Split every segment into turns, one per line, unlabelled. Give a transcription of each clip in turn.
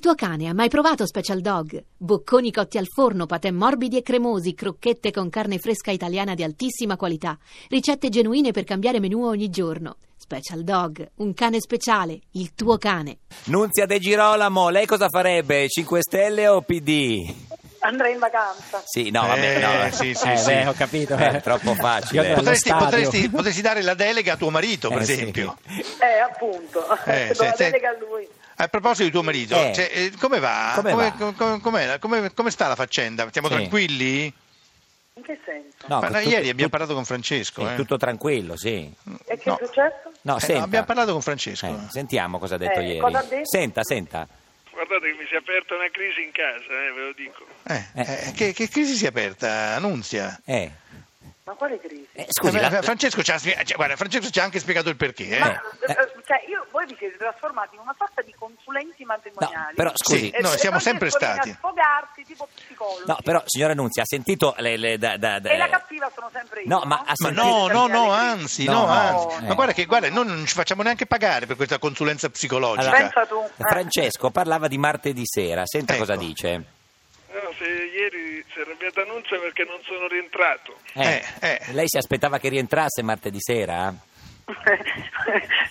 tuo cane ha mai provato Special Dog? Bocconi cotti al forno, patè morbidi e cremosi, crocchette con carne fresca italiana di altissima qualità, ricette genuine per cambiare menù ogni giorno. Special Dog, un cane speciale, il tuo cane.
Nunzia De Girolamo, lei cosa farebbe? 5 Stelle o PD?
Andrei in vacanza.
Sì, no, vabbè,
Eh,
no. vabbè.
sì, sì,
Eh,
sì.
beh, ho capito.
Eh, troppo facile.
Io ero allo
Potresti,
stadio.
potresti- potresti dare la delega a tuo marito, per
Eh, sì.
esempio.
Eh, appunto.
Eh,
Do la
se- se-
delega a lui.
A proposito di tuo marito,
Eh.
cioè, eh, come va?
Come va?
com- com- com'è la- come- come sta la faccenda? Siamo
Sì.
tranquilli?
In che senso?
No,
Ma noi
tutto-
ieri abbiamo
tutto-
parlato con Francesco.
sì,
eh.
tutto tranquillo, sì.
E che
No.
è successo?
No,
Eh,
senta.
no, abbiamo parlato con Francesco.
Eh, sentiamo cosa ha detto
Eh,
ieri.
cosa ha detto?
Senta, senta.
Guardate che mi si è aperta una crisi in casa, eh, ve lo dico.
Eh,
Eh.
eh, che, che crisi si è aperta, Annunzia?
Eh,
Ma quale crisi?
eh, scusi,
Eh,
la-
beh, Francesco, ci ha, spie- cioè, guarda, Francesco ci ha anche spiegato il perché. eh.
Ma,
eh,
eh, cioè, io, voi vi siete trasformati in una sorta di consulenti matrimoniali.
No, però, scusi.
E-
Sì, noi
e
siamo
non
sempre
riescono
stati.
A sfogarsi tipo psicologi.
no, però, signora Nunzia, ha sentito le, le- da, da- da-
E la cattiva sono sempre io.
No, ma ha
Ma
sentito-
no, no, no,
Alle crisi.
anzi,
No,
no,
no,
anzi.
eh.
Ma guarda che guarda, noi non ci facciamo neanche pagare per questa consulenza psicologica.
Allora,
Pensa tu. eh.
Francesco parlava di martedì sera, senta
Ecco.
cosa dice.
No, se ieri si è arrabbiata Annunzia perché non sono rientrato.
Eh,
Eh, eh.
Lei si aspettava che rientrasse martedì sera?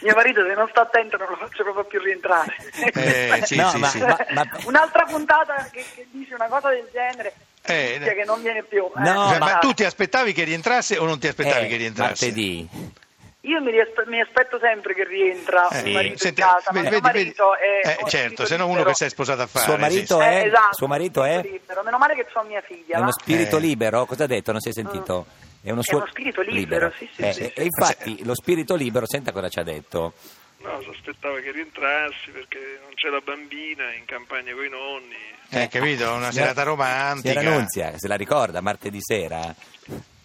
Mio marito se non sta attento non lo faccio proprio più rientrare.
Eh, sì,
No,
sì,
ma-
sì.
ma-
Un'altra puntata che, che dice una cosa del genere
Eh,
dice che non viene più. eh.
No,
Cioè, ma...
ma-
tu ti aspettavi che rientrasse o non ti aspettavi
Eh,
che rientrasse?
Martedì.
Io mi, riaspe- mi aspetto sempre che rientra
Eh,
un
Sì.
marito
senti,
in casa, ma
vedi-
mio
vedi-
marito
vedi-
è...
eh, certo, se no uno che si è sposato a fare.
Suo marito
sì,
è?
Eh, esatto,
Suo marito è?
libero. Meno male che ho mia figlia.
È uno
va?
spirito
Eh.
libero? Cosa ha detto? Non si è sentito? È uno,
Eh. uno spirito libero, sì, sì,
Eh,
sì,
e-
sì.
E infatti lo spirito libero, senta cosa ci ha detto.
No, si aspettava che rientrassi perché non c'è la bambina in campagna con i nonni.
sì. Eh, capito? Una serata romantica.
Signora Nunzia, se la ricorda, martedì sera?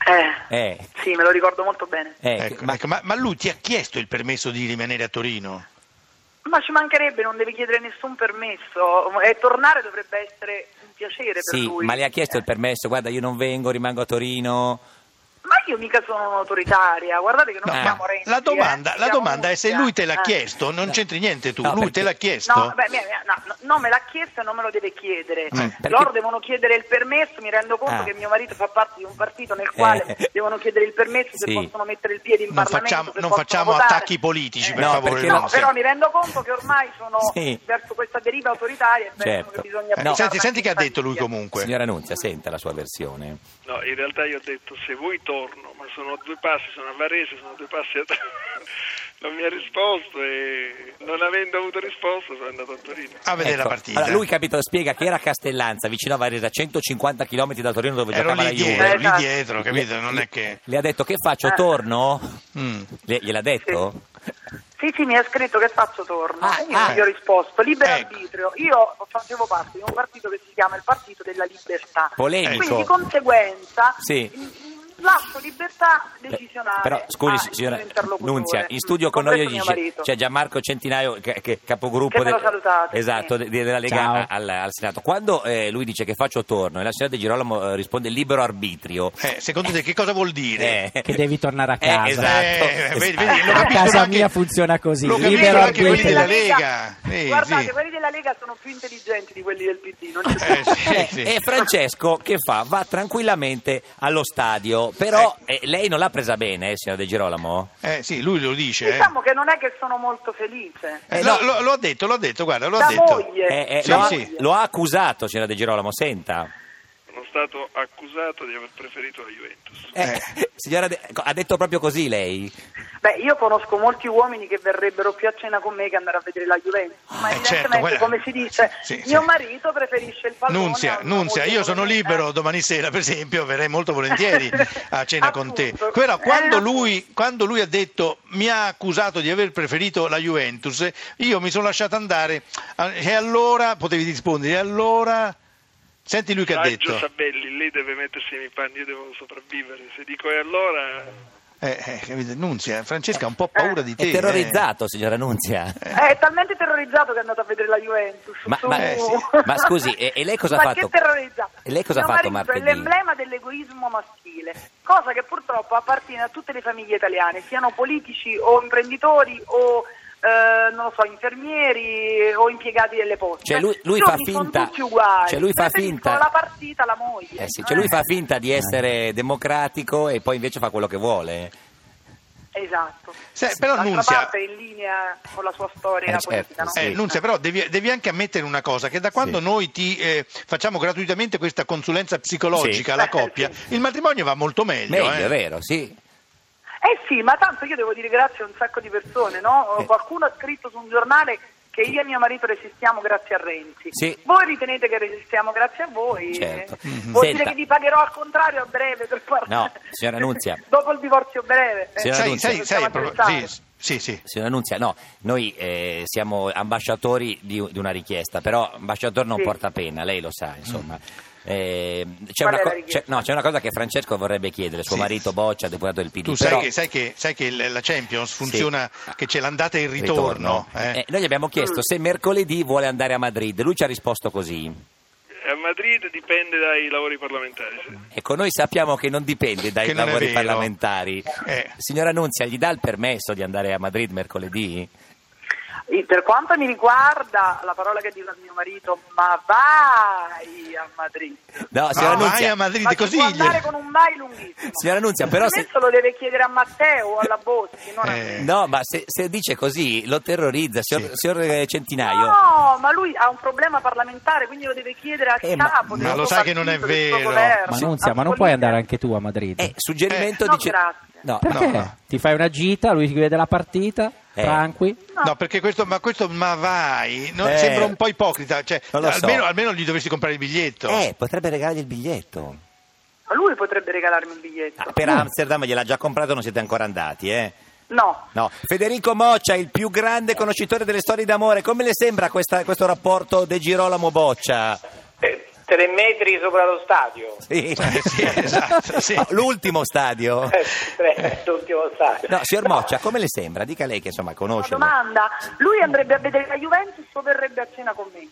Eh,
Eh,
sì, me lo ricordo molto bene.
eh,
Ecco, ecco,
ma-
ma... ma lui ti ha chiesto il permesso di rimanere a Torino?
Ma ci mancherebbe, non devi chiedere nessun permesso. E tornare dovrebbe essere un piacere per
sì,
lui. eh.
ma le ha chiesto il permesso? Guarda, io non vengo, rimango a Torino.
Ma io mica sono autoritaria, guardate che non
No, ma
siamo Renzi.
La domanda,
eh,
la
siamo
domanda è se
Murcia.
lui te l'ha
Eh.
chiesto, non c'entri niente tu,
No,
lui
perché-
te l'ha chiesto.
No, beh, mia- mia- no, no, no, me l'ha chiesto e non me lo deve chiedere.
Mm.
Eh, Perché-
Loro devono chiedere il permesso, mi rendo conto
Ah.
che mio marito fa parte di un partito nel quale
Eh.
devono chiedere il permesso se
Sì.
possono mettere il piede in
non
Parlamento.
facciamo,
se
non
possono
facciamo
votare.
attacchi politici,
Eh,
per
No,
favore.
perché
No,
no,
Nunzia.
però mi rendo conto che ormai sono
Sì.
verso questa deriva autoritaria e penso
Certo.
che bisogna
Eh,
No.
Senti, senti che ha
pensare
detto lui
in famiglia.
comunque.
Signora Nunzia, senta la sua versione.
No, in realtà io ho detto se vuoi torno, ma sono due passi, sono a Varese, sono due passi a Non mi ha risposto e non avendo avuto risposta sono andato a Torino.
A vedere
Ecco,
la partita.
allora, lui capito, spiega che era a Castellanza, vicino a Varese, a 150 km da Torino dove
Ero
giocava la
lì
Juve.
dietro, lì
Eh,
dietro, capito? Non è che...
Le ha detto che faccio, torno?
Mm.
Le- gliel'ha detto?
Sì, sì, mi ha scritto che faccio torno.
Ah,
e io
ah.
gli ho risposto, libero
Ecco.
arbitrio. Io facevo parte di un partito che si chiama il Partito della Libertà.
Polemico.
Quindi di conseguenza
Sì.
mh, mh, lascio libertà decisionale.
Però scusi
al
signora
mio ah, interlocutore.
Nunzia, in
Mm,
studio con noi cioè, oggi
compreso mio
c'è-
marito.
c'è Gianmarco Centinaio, che, che- capogruppo
Che me lo salutate,
esatto,
sì.
de- della Lega
Ciao.
a- al, al Senato. Quando eh, lui dice che faccio torno e la signora De Girolamo eh, risponde libero arbitrio,
Eh, secondo te che cosa vuol dire?
eh,
Che devi tornare a
Eh,
casa.
esatto.
Eh, vedi, vedi,
Esatto.
lo
A
capiscono
casa
anche-
mia funziona così,
Lo
Quelli
libero
capiscono anche quelli
arbitrio.
della Lega. Eh,
Guardate,
sì.
quelli della Lega sono più intelligenti di quelli del PD. Non c'è
Eh, sì,
Eh,
sì.
E Francesco che fa? Va tranquillamente allo stadio, però eh, lei non l'ha presa bene, eh, signora De Girolamo?
Eh, sì, lui lo dice. eh.
Diciamo che non è che sono molto felice.
Eh,
Eh,
lo,
no.
lo- lo ha detto, lo ha detto, guarda, lo
La
ha detto.
moglie.
Eh, eh,
Sì,
lo, ha,
sì.
lo ha accusato, signora De Girolamo, senta.
Sono stato accusato di aver preferito la Juventus.
Eh, signora De- ha detto proprio così lei?
Beh, io conosco molti uomini che verrebbero più a cena con me che andare a vedere la Juventus. Ma
Eh,
evidentemente,
certo, quella-
come si dice,
Sì, sì,
mio
sì.
marito preferisce il pallone.
Nunzia,
a una
Nunzia,
moglie
io sono
come me,
libero
eh.
domani sera, per esempio, verrei molto volentieri a cena con te.
Appunto.
Però
Eh,
quando
appunto.
lui, quando lui ha detto mi ha accusato di aver preferito la Juventus, io mi sono lasciato andare. Ah, E allora potevi rispondere, e allora senti lui che ha
Saggio
detto.
Sabelli, lei deve mettersi nei miei panni, io devo sopravvivere. Se dico e allora...
Eh, eh, capito? Nunzia, Francesca ha un po' paura di te.
È terrorizzato, signora Nunzia.
Eh, è talmente terrorizzato che è andato a vedere la Juventus.
Ma,
Su-
ma-
Eh,
ma scusi, e, e lei cosa
Ma
ha fatto?
che terrorizzato?
E lei cosa ha
Mio
fatto
marito
martedì?
È l'emblema dell'egoismo maschile, cosa che purtroppo appartiene a tutte le famiglie italiane, siano politici o imprenditori o eh, non lo so, infermieri o impiegati delle poste.
Cioè lui, lui
I
fa
giorni sono
finta.
tutti uguali.
Cioè lui fa
Preferiscono
finta.
La partita, la moglie.
Eh sì, cioè lui fa finta di essere democratico e poi invece fa quello che vuole.
Esatto.
Se- però
D'altra
Nunzia-
parte è in linea con la sua storia
Eh, certo,
politica, no?
sì.
Eh, Nunzia, però devi, devi anche ammettere una cosa, che da quando noi ti eh, facciamo gratuitamente questa consulenza psicologica alla
Sì.
coppia,
Eh,
il matrimonio va molto meglio.
Meglio,
eh.
è vero, sì.
Eh sì, ma tanto io devo dire grazie a un sacco di persone, no?
Eh.
Qualcuno ha scritto su un giornale che io e mio marito resistiamo grazie a Renzi.
Sì.
Voi ritenete che resistiamo grazie a voi?
Certo.
Eh,
Mhm.
Vuol
Senta.
dire che vi pagherò al contrario a breve per parlare.
No, signora Nunzia.
Dopo il divorzio breve. eh.
Signora
Sai,
Nunzia.
sai, sai,
Possiamo
proprio-
apprezzare.
sì, sì, sì.
Signora Nunzia, no, noi eh, siamo ambasciatori di, di una richiesta, però ambasciatore non
Sì.
porta pena, lei lo sa,
Mm.
insomma. Eh, c'è,
Qual
una
è la
co-
richiesta?
c'è- no, c'è una cosa che Francesco vorrebbe chiedere, suo
Sì.
marito Boccia, deputato del PD.
Tu
però-
sai, che, sai che- sai che il- la Champions
Sì.
funziona, che c'è l'andata e il ritorno. eh.
Eh, noi gli abbiamo
Mm.
chiesto se mercoledì vuole andare a Madrid, lui ci ha risposto così.
A Madrid dipende dai lavori parlamentari. sì.
Ecco, noi sappiamo che non dipende dai
Che non è
lavori
vero.
parlamentari.
Eh.
Signora Nunzia, gli dà il permesso di andare a Madrid mercoledì?
E Per quanto mi riguarda, la parola che dico a mio marito, ma vai a Madrid.
No,
Ah,
signora
vai
Nunzia.
a Madrid
Ma si
così.
può
gli-
andare con un mai lunghissimo.
Signora Nunzia, però se...
Questo lo deve chiedere a Matteo o alla Boschi, non a
Eh.
me.
No, ma se, se dice così lo terrorizza, signor,
Sì.
signor, eh, Centinaio.
No, ma lui ha un problema parlamentare, quindi lo deve chiedere al
Eh, ma-
capo. del
Ma lo
suo
sai che non è
partito, del suo
vero.
governo.
Ma Nunzia, ma non puoi andare anche tu a Madrid?
Eh, suggerimento
Eh,
di...
no, grazie.
No,
Perché?
no.
Ti fai una gita, lui si vede la partita,
Eh.
tranqui.
No.
No, perché questo, ma questo ma vai, no?
Eh.
sembra un po' ipocrita, cioè,
Non lo so.
almeno, almeno gli dovresti comprare il biglietto.
eh, potrebbe regalargli il biglietto.
Ma Lui potrebbe regalarmi un biglietto.
Ah, per Amsterdam gliel'ha già comprato, non siete ancora andati, eh?
No,
No. Federico Moccia, il più grande conoscitore delle storie d'amore, come le sembra questa- questo rapporto De Girolamo Boccia?
Eh, tre metri sopra lo stadio.
Sì.
Eh, sì, esatto, sì.
No, l'ultimo stadio.
Eh, tre, l'ultimo stadio.
No, signor Moccia, come le sembra? Dica lei che insomma
una
conosce.
domanda. Lui andrebbe a vedere la Juventus o verrebbe a cena con me?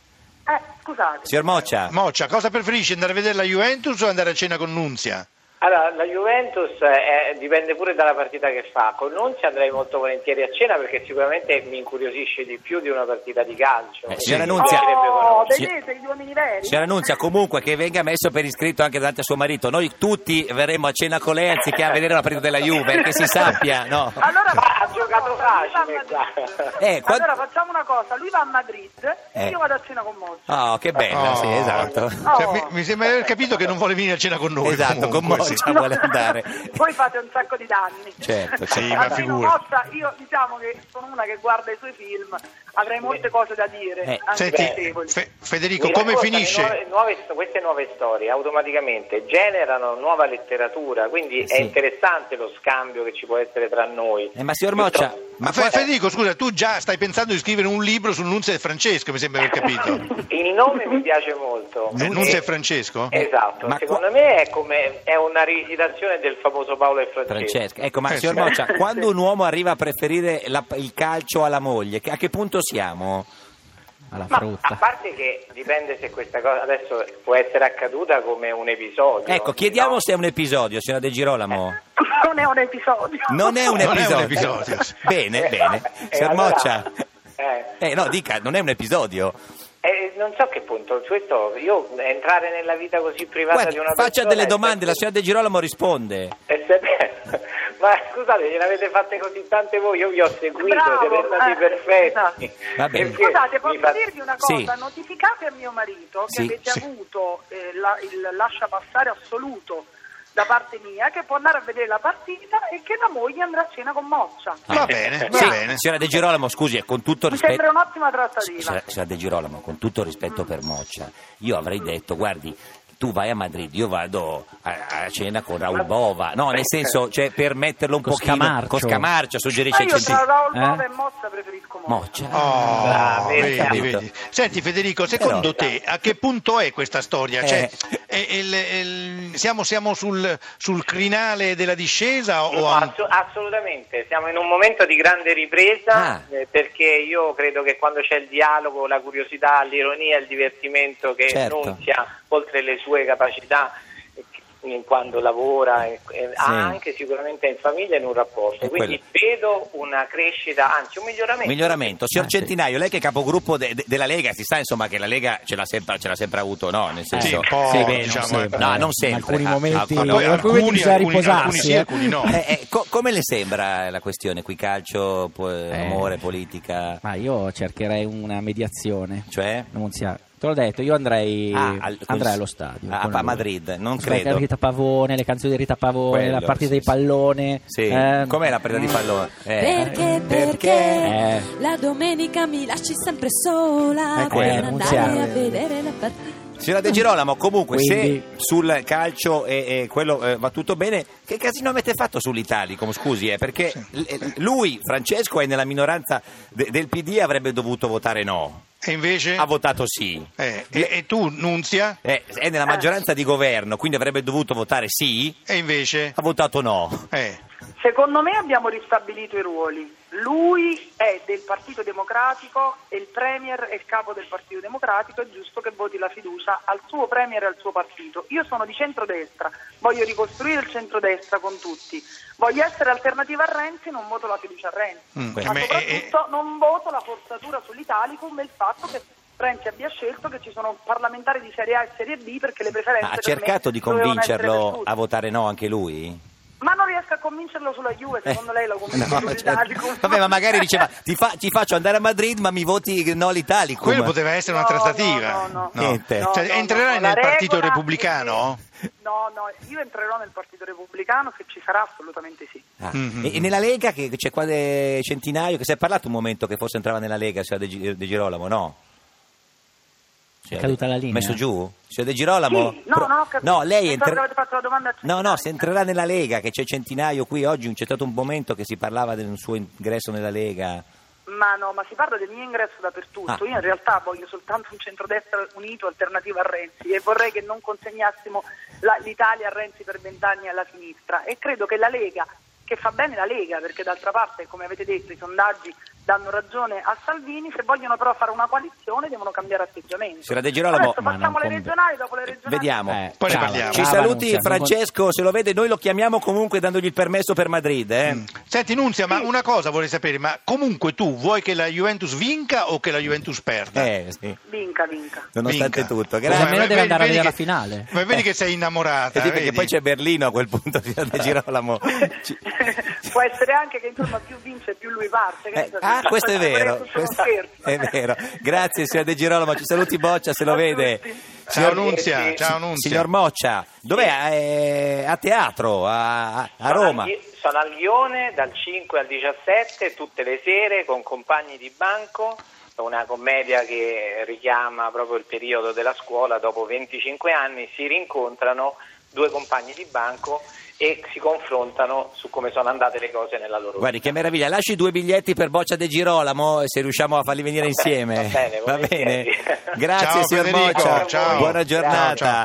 Eh, scusate.
Signor Moccia,
Moccia, cosa preferisci, andare a vedere la Juventus o andare a cena con Nunzia?
Allora, la Juventus eh, dipende pure dalla partita che fa. Con Nunzia andrei molto volentieri a cena perché sicuramente mi incuriosisce di più di una partita di calcio.
Eh, signora
Mi
Nunzia.
piacerebbe
Oh,
conoscere.
vedete gli uomini veri?
signora Nunzia, comunque che venga messo per iscritto anche davanti a suo marito. Noi tutti verremo a cena con lei anziché a vedere la partita della Juve, che si sappia, no?
Allora,
Ma ha
facciamo una
giocato
cosa, lui va a
facile,
Madrid.
guarda.
Eh, quando-
Allora facciamo una cosa, lui va a Madrid,
Eh.
io vado a cena con Mozzi.
Oh, che bella, sì,
Oh.
esatto.
Cioè,
Oh.
mi, mi sembra di aver capito che non vuole venire a cena con noi.
Esatto, con
comunque, sì.
Moccia. vuole andare.
Voi fate un sacco di danni.
Certo,
Sì, ma
Almeno
figura.
Mozza, io diciamo che sono una che guarda i suoi film, avrei molte cose da dire,
Eh,
anche
Senti,
piacevoli.
Fe- Federico,
Mi
come
raccontano
finisce?
nuove- nuove- queste nuove storie automaticamente generano nuova letteratura, quindi è
Eh, Sì.
interessante lo scambio che ci può essere tra noi.
Eh, ma signor Moccia,
Ma
ma
Fe-
qua-
Federico, scusa, tu già stai pensando di scrivere un libro su Nunzia e Francesco, mi sembra di aver capito.
Il nome mi piace molto.
Eh, Nunzia
Eh,
e Francesco?
Esatto,
Ma
secondo me è come è una rivisitazione del famoso Paolo e Francesco.
Francesca, ecco, ma
Eh,
signor
sì.
Moccia, quando un uomo arriva a preferire la- il calcio alla moglie, che- a che punto siamo?
Alla
Ma
frutta.
a parte che dipende se questa cosa adesso può essere accaduta come un episodio.
Ecco, chiediamo
no?
se è un episodio, signora De Girolamo.
Non è un episodio.
Non è un
Non è un
episodio.
episodio.
Bene, bene.
Eh,
Signor
allora-
Moccia.
Eh.
Eh, no, dica, non è un episodio.
Eh, non so a che punto, questo, io entrare nella vita così privata di una
Guardi, faccia
persona
delle
è
domande, la
sempre-
signora De Girolamo risponde.
è sempre- Ma scusate, gliene avete fatte così tante voi, io vi ho seguito,
Bravo,
siete stati
eh,
perfetti.
esatto.
Va bene.
Perché
Scusate,
mi
posso
fa-
dirvi una
Sì.
cosa? Notificate a mio marito che
Sì,
avete
sì.
avuto eh, la- il lascia passare assoluto da parte mia, che può andare a vedere la partita e che la moglie andrà a cena con Moccia.
Va bene, va
Sì,
bene.
signora De Girolamo, scusi, eh, con tutto
Mi
rispetto...
sembra un'ottima trattativa.
Signora, signora De Girolamo, con tutto rispetto per Moccia, io avrei detto, guardi, tu vai a Madrid, io vado a, a cena con Raul Bova, no, nel senso, cioè, per metterlo un
Con
pochino...
Scamarcio.
Con Scamarcio,
Ma
suggerisce il
Ah, io tra
centinaio.
Raul Bova
Eh?
e Mozza preferisco Mozza.
Moccia.
Oh,
Bravo,
vedi,
Ah, capito.
vedi. Senti Federico, secondo te a che punto è questa storia? Cioè,
Eh.
è- è il- è il- siamo siamo sul, sul crinale della discesa o
No,
a un-
assu- assolutamente, siamo in un momento di grande ripresa
Ah.
eh, perché io credo che quando c'è il dialogo, la curiosità, l'ironia, il divertimento che
Certo.
Nunzia, oltre le sue capacità, eh, che- in quando lavora, eh, anche sicuramente in famiglia e in un rapporto.
È
Quindi vedo una crescita, anzi un miglioramento.
Miglioramento. Signor
Ah, sì.
Centinaio, lei che è capogruppo de- de- della Lega, si sa insomma che la Lega ce l'ha sempre, ce l'ha sempre avuto, no? Nel
Sì,
senso...
un po',
Eh, Sì, beh, non
diciamo,
sempre.
eh.
No, non
In
sempre.
alcuni
Ah,
momenti-
ah, ah,
Poi alcuni bisogna riposarsi,
alcuni sì,
eh.
alcuni no.
Eh, eh, co- come le sembra la questione qui? Calcio, po- amore, politica?
Eh. Ma io cercherei una mediazione.
Cioè?
Non si ha- Te l'ho detto, io andrei,
Ah, al-
andrei
cons-
allo stadio.
Ah,
con
a
lui.
Madrid, non
Aspetta,
credo.
Rita Pavone, le canzoni di Rita Pavone,
Quello,
la
sì,
partita di
sì.
pallone.
Sì.
eh,
Com'è la presa di pallone? Eh.
Perché, perché
Eh.
la domenica mi lasci sempre sola
Ecco, eh,
per
non
andare
si ha-
a vedere la partita.
Signora De Girolamo, comunque,
Quindi-
se sul calcio e, e quello eh, va tutto bene, che casino avete fatto sull'Italicum? Scusi, eh, perché l- lui, Francesco, è nella minoranza de- del PD e avrebbe dovuto votare no.
E invece...
Ha votato sì.
eh, e, e tu, Nunzia?
Eh, è nella maggioranza di governo, quindi avrebbe dovuto votare sì,
E invece...
ha votato no.
Eh,
Secondo me abbiamo ristabilito i ruoli. Lui è del Partito Democratico e il Premier è il capo del Partito Democratico, è giusto che voti la fiducia al suo Premier e al suo partito. Io sono di centrodestra, voglio ricostruire il centrodestra con tutti. Voglio essere alternativa a Renzi, non voto la fiducia a Renzi.
Mm,
Ma
beh,
soprattutto
eh,
non voto la forzatura sull'Italicum e il fatto che Renzi abbia scelto che ci sono parlamentari di Serie A e Serie B perché le preferenze
Ha
per
cercato
me
di
dovevano essere per
convincerlo
tutti.
a votare no anche lui?
Ma non riesco a convincerlo sulla Juve, secondo lei lo convince
Eh. No, certo. Vabbè, ma magari diceva ti, fa- ti faccio andare a Madrid, ma mi voti no l'Italicum.
quello poteva essere
No,
una trattativa.
no, no, no.
Niente.
Cioè,
No, no,
entrerai
no, la
nel Partito
regola-
Repubblicano?
No, no, io entrerò nel Partito Repubblicano se ci sarà assolutamente sì.
Ah,
Mm-hmm.
E, e nella Lega che c'è qua de- Centinaio, che si è parlato un momento che forse entrava nella Lega, signora De, Gi- De Girolamo, no? Signora
caduta
De-
la linea.
Messo giù? Signora De Girolamo?
Sì, no, no, ho capito.
no, lei
Pensavo che
entrerà...
avete fatto la domanda a
No,
Centinaio.
no, se entrerà nella Lega, che c'è Centinaio qui oggi, c'è stato un momento che si parlava del suo ingresso nella Lega.
Ma no, ma si parla del mio ingresso dappertutto.
Ah.
Io in realtà voglio soltanto un centrodestra unito alternativo a Renzi e vorrei che non consegnassimo la- l'Italia a Renzi per vent'anni alla sinistra. E credo che la Lega, che fa bene la Lega, perché d'altra parte, come avete detto, i sondaggi danno ragione a Salvini, se vogliono però fare una coalizione devono cambiare atteggiamento.
Signora De Girolamo,
Adesso
ma non
facciamo le
conv-
regionali, dopo le regionali...
Vediamo.
Eh,
Poi ne
brava,
parliamo.
Ci
brava
saluti
Nunzia, non-
Francesco, se lo vede noi lo chiamiamo comunque dandogli il permesso per Madrid. Eh?
Mm.
Senti Nunzia, ma una cosa vorrei sapere, ma comunque tu vuoi che la Juventus vinca o che la Juventus perda?
Eh, sì.
Vinca, vinca.
Nonostante
Vinca.
tutto,
Cos'è?
grazie.
Almeno
Beh,
deve andare a
vedi
vedere
che-
la finale.
Ma vedi che sei innamorata.
Eh sì, perché
vedi?
poi c'è Berlino a quel punto, signor De Girolamo. Ci-
Può essere anche che insomma più vince più lui parte. che
Eh,
ne so,
ah,
se-
questo è vero.
tutto uno
questo
scherzo.
è vero. Grazie, signor De Girolamo. Ci saluti, Boccia, se lo
A
vede.
tutti.
Ciao
Signor-
Nunzia,
sì,
ciao Nunzia.
Signor Moccia, dov'è? Eh, a teatro, a, a- a
Sono
Roma.
al Ghi- sono al Ghione dal 5 al 17 tutte le sere con compagni di banco, una commedia che richiama proprio il periodo della scuola, dopo 25 anni si rincontrano due compagni di banco e si confrontano su come sono andate le cose nella loro vita.
Guardi che meraviglia, lasci due biglietti per Boccia De Girolamo se riusciamo a farli venire
Va bene,
insieme.
va bene,
Va bene.
volentieri.
Grazie
Ciao,
signor
Federico,
Boccia,
ciao.
buona
Grazie.
giornata.
Ciao, ciao.